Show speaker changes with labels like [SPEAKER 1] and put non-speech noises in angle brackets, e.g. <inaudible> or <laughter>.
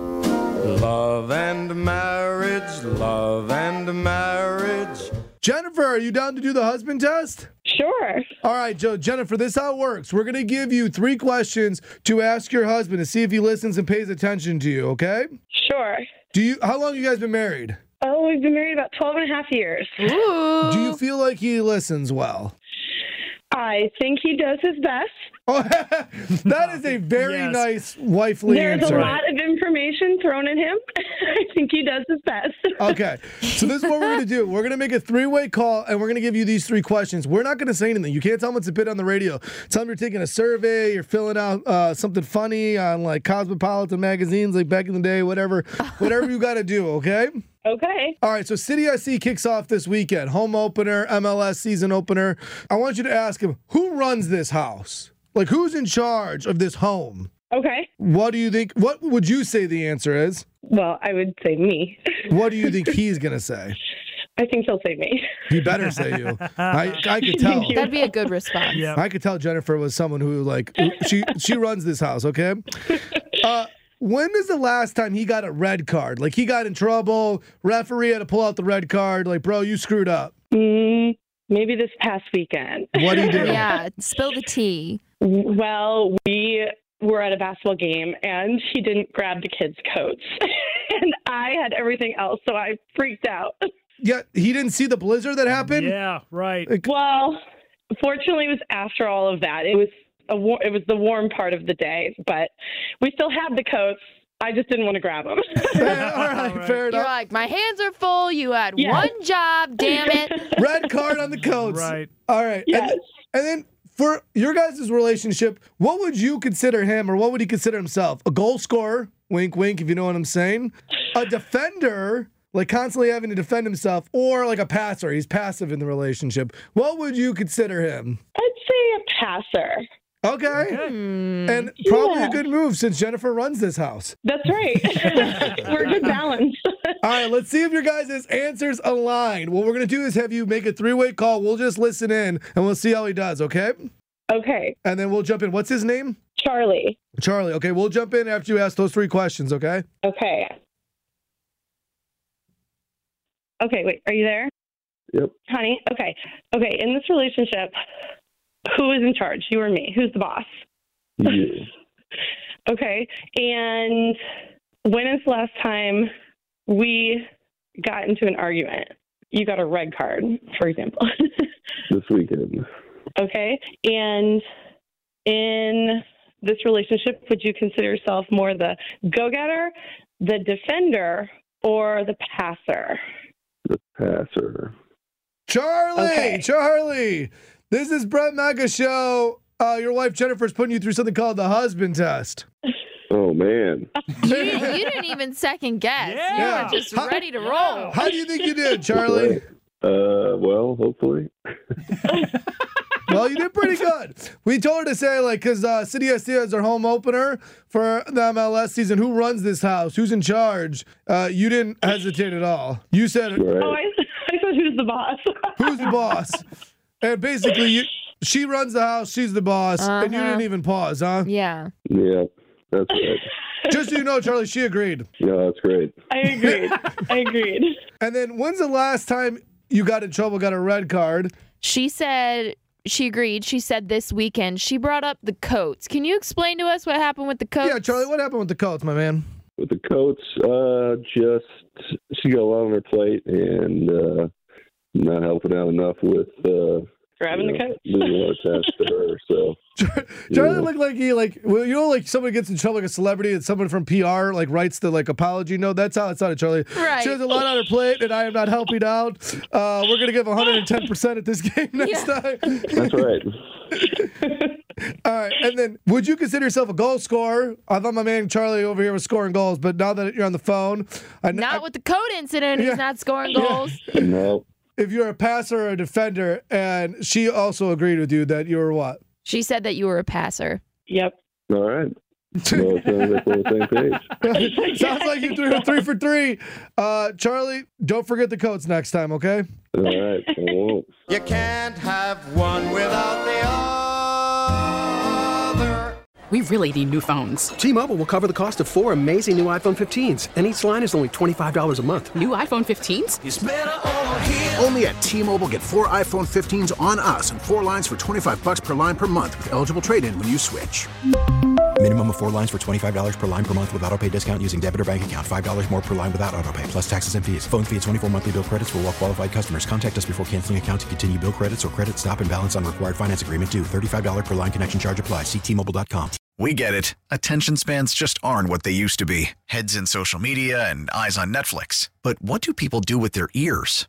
[SPEAKER 1] Love and marriage, love and marriage. Jennifer, are you down to do the husband test?
[SPEAKER 2] Sure.
[SPEAKER 1] All right, Joe, Jennifer, this how it works. We're going to give you three questions to ask your husband to see if he listens and pays attention to you, okay?
[SPEAKER 2] Sure.
[SPEAKER 1] Do you how long you guys been married?
[SPEAKER 2] Oh, we've been married about 12 and a half years.
[SPEAKER 1] Do you feel like he listens well? <laughs>
[SPEAKER 2] I think he does his best.
[SPEAKER 1] Oh, that is a very
[SPEAKER 3] Yes.
[SPEAKER 1] nice wifely
[SPEAKER 2] There's
[SPEAKER 1] answer.
[SPEAKER 2] a lot of information thrown at him. <laughs> I think he does his best.
[SPEAKER 1] Okay. So this is what we're gonna do. We're gonna make a three-way call and we're gonna give you these three questions. We're not gonna say anything. You can't tell them it's a bit on the radio. Tell them you're taking a survey, you're filling out uh, something funny on like cosmopolitan magazines like back in the day, whatever. Whatever you gotta do, okay?
[SPEAKER 2] okay.
[SPEAKER 1] All right, so City IC kicks off this weekend. Home opener, MLS season opener. I want you to ask him, who runs this house? Like who's in charge of this home?
[SPEAKER 2] Okay.
[SPEAKER 1] What do you think what would you say the answer is?
[SPEAKER 2] Well, I would say me.
[SPEAKER 1] What do you think he's gonna say?
[SPEAKER 2] I think he'll say me.
[SPEAKER 1] He better say you. I, I could tell.
[SPEAKER 2] Thank you.
[SPEAKER 4] That'd be a good response.
[SPEAKER 3] Yeah.
[SPEAKER 1] I could tell Jennifer was someone who like she she runs this house. Okay. Uh, when is the last time he got a red card? Like he got in trouble. Referee had to pull out the red card. Like, bro, you screwed up.
[SPEAKER 2] Mm, maybe this past weekend.
[SPEAKER 1] What do you do?
[SPEAKER 4] Yeah, spill the tea.
[SPEAKER 2] <laughs> Well, we were at a basketball game and he didn't grab the kids' coats. <laughs> and I had everything else, so I freaked out.
[SPEAKER 1] Yeah, he didn't see the blizzard that happened.
[SPEAKER 3] Yeah, right.
[SPEAKER 2] Well, fortunately, it was after all of that. It was a war- it was the warm part of the day, but we still had the coats. I just didn't want to grab them.
[SPEAKER 1] Yeah, <laughs> all right, fair
[SPEAKER 4] You're
[SPEAKER 1] enough.
[SPEAKER 4] like, my hands are full. You had
[SPEAKER 2] Yeah.
[SPEAKER 4] one job. Damn it.
[SPEAKER 1] Red card on the coats.
[SPEAKER 3] Right.
[SPEAKER 1] All right.
[SPEAKER 2] Yes.
[SPEAKER 1] And, and then for your guys' relationship, what would you consider him or what would he consider himself? A goal scorer, wink, wink, if you know what I'm saying. A defender, like constantly having to defend himself, or like a passer. He's passive in the relationship. What would you consider him?
[SPEAKER 2] <laughs> I'd say a passer.
[SPEAKER 1] Okay. And probably
[SPEAKER 2] Hmm. Yeah.
[SPEAKER 1] a good move since Jennifer runs this house.
[SPEAKER 2] That's right. We're good balance. <laughs>
[SPEAKER 1] All right, let's see if your guys' answers align. What we're going to do is have you make a three way call. We'll just listen in and we'll see how he does, okay?
[SPEAKER 2] okay,
[SPEAKER 1] And then we'll jump in. What's his name?
[SPEAKER 2] Charlie.
[SPEAKER 1] Charlie, okay, we'll jump in after you ask those three questions, okay?
[SPEAKER 2] Okay. Okay, wait. Are you there?
[SPEAKER 5] Yep.
[SPEAKER 2] Honey. Okay. Okay. In this relationship, who is in charge? You or me? Who's the boss?
[SPEAKER 5] Yeah.
[SPEAKER 2] Okay. And when is the last time we got into an argument? You got a red card, for example. <laughs>
[SPEAKER 5] this weekend.
[SPEAKER 2] okay. And in this relationship, would you consider yourself more the go getter, the defender, or the passer?
[SPEAKER 5] The passer.
[SPEAKER 1] Charlie,
[SPEAKER 2] Okay.
[SPEAKER 1] Charlie, this is Brett Mecca Show. Uh, your wife Jennifer's putting you through something called the husband test.
[SPEAKER 5] Oh man.
[SPEAKER 4] You, you didn't even second guess.
[SPEAKER 3] Yeah.
[SPEAKER 4] You were just
[SPEAKER 1] How-
[SPEAKER 4] ready to roll.
[SPEAKER 1] How do you think you did,
[SPEAKER 5] <laughs>
[SPEAKER 1] Charlie?
[SPEAKER 5] Uh well, hopefully.
[SPEAKER 1] well, you did pretty good. We told her to say, like, because uh, City SC is our home opener for the MLS season. Who runs this house? Who's in charge? Uh, you didn't hesitate at all. You said,
[SPEAKER 5] Right.
[SPEAKER 2] Oh, I, <laughs> I said, who's the boss? <laughs>
[SPEAKER 1] who's the boss? And basically, you, she runs the house, she's the boss, and you
[SPEAKER 4] Uh-huh.
[SPEAKER 1] didn't even pause, huh?
[SPEAKER 4] Yeah.
[SPEAKER 5] Yeah. That's right.
[SPEAKER 1] Just so you know, Charlie, she agreed.
[SPEAKER 5] No, that's great.
[SPEAKER 2] I agreed. I agreed.
[SPEAKER 1] And then when's the last time you got in trouble, got a red card?
[SPEAKER 4] She said she agreed. She said this weekend. She brought up the coats. Can you explain to us what happened with the coats?
[SPEAKER 1] Yeah, Charlie, what happened with the Colts, my man?
[SPEAKER 5] With the coach, uh, just she got a lot on her plate and uh, not helping out enough with uh,
[SPEAKER 2] Grabbing
[SPEAKER 5] you
[SPEAKER 2] the coach.
[SPEAKER 5] know, Doing a lot of tasks to her, so
[SPEAKER 1] Charlie
[SPEAKER 5] Yeah.
[SPEAKER 1] looked like he like well, you know like someone gets in trouble like a celebrity and someone from PR like writes the like apology note. That's how it sounded, Charlie.
[SPEAKER 4] Right.
[SPEAKER 1] She has a lot on her plate and I am not helping out. Uh, we're gonna give 110 percent at this <laughs> game next time.
[SPEAKER 5] that's right.
[SPEAKER 2] <laughs>
[SPEAKER 1] All right, and then would you consider yourself a goal scorer? I thought my man Charlie over here was scoring goals, but now that you're on the phone, I, know
[SPEAKER 4] Not with the code incident.
[SPEAKER 1] Yeah.
[SPEAKER 4] He's not scoring goals.
[SPEAKER 5] no,
[SPEAKER 1] if you're a passer or a defender, and she also agreed with you that you were what? <laughs>
[SPEAKER 4] She said that you were a passer.
[SPEAKER 2] <laughs> Yep.
[SPEAKER 5] all right. Well, it sounds like we're on the same page.
[SPEAKER 1] Sounds like you threw a three for three. Uh, Charlie, don't forget the coats next time, okay?
[SPEAKER 5] All right, I won't.
[SPEAKER 3] You can't have one without the other.
[SPEAKER 6] We really need new phones.
[SPEAKER 7] T-Mobile will cover the cost of four amazing new iPhone 15s, and each line is only $25 a month.
[SPEAKER 6] New iPhone 15s?
[SPEAKER 3] It's better over here.
[SPEAKER 8] Only at T-Mobile, get four iPhone 15s on us and four lines for 25 bucks per line per month with eligible trade-in when you switch.
[SPEAKER 9] Minimum of four lines for $25 per line per month with auto pay discount using debit or bank account. $5 more per line without auto pay, plus taxes and fees. Phone fee at 24 monthly bill credits for all qualified customers. Contact us before canceling account to continue bill credits or credit stop and balance on required finance agreement due. $35 per line connection charge applies. Ctmobile.com.
[SPEAKER 10] We get it. Attention spans just aren't what they used to be heads in social media and eyes on Netflix. But what do people do with their ears?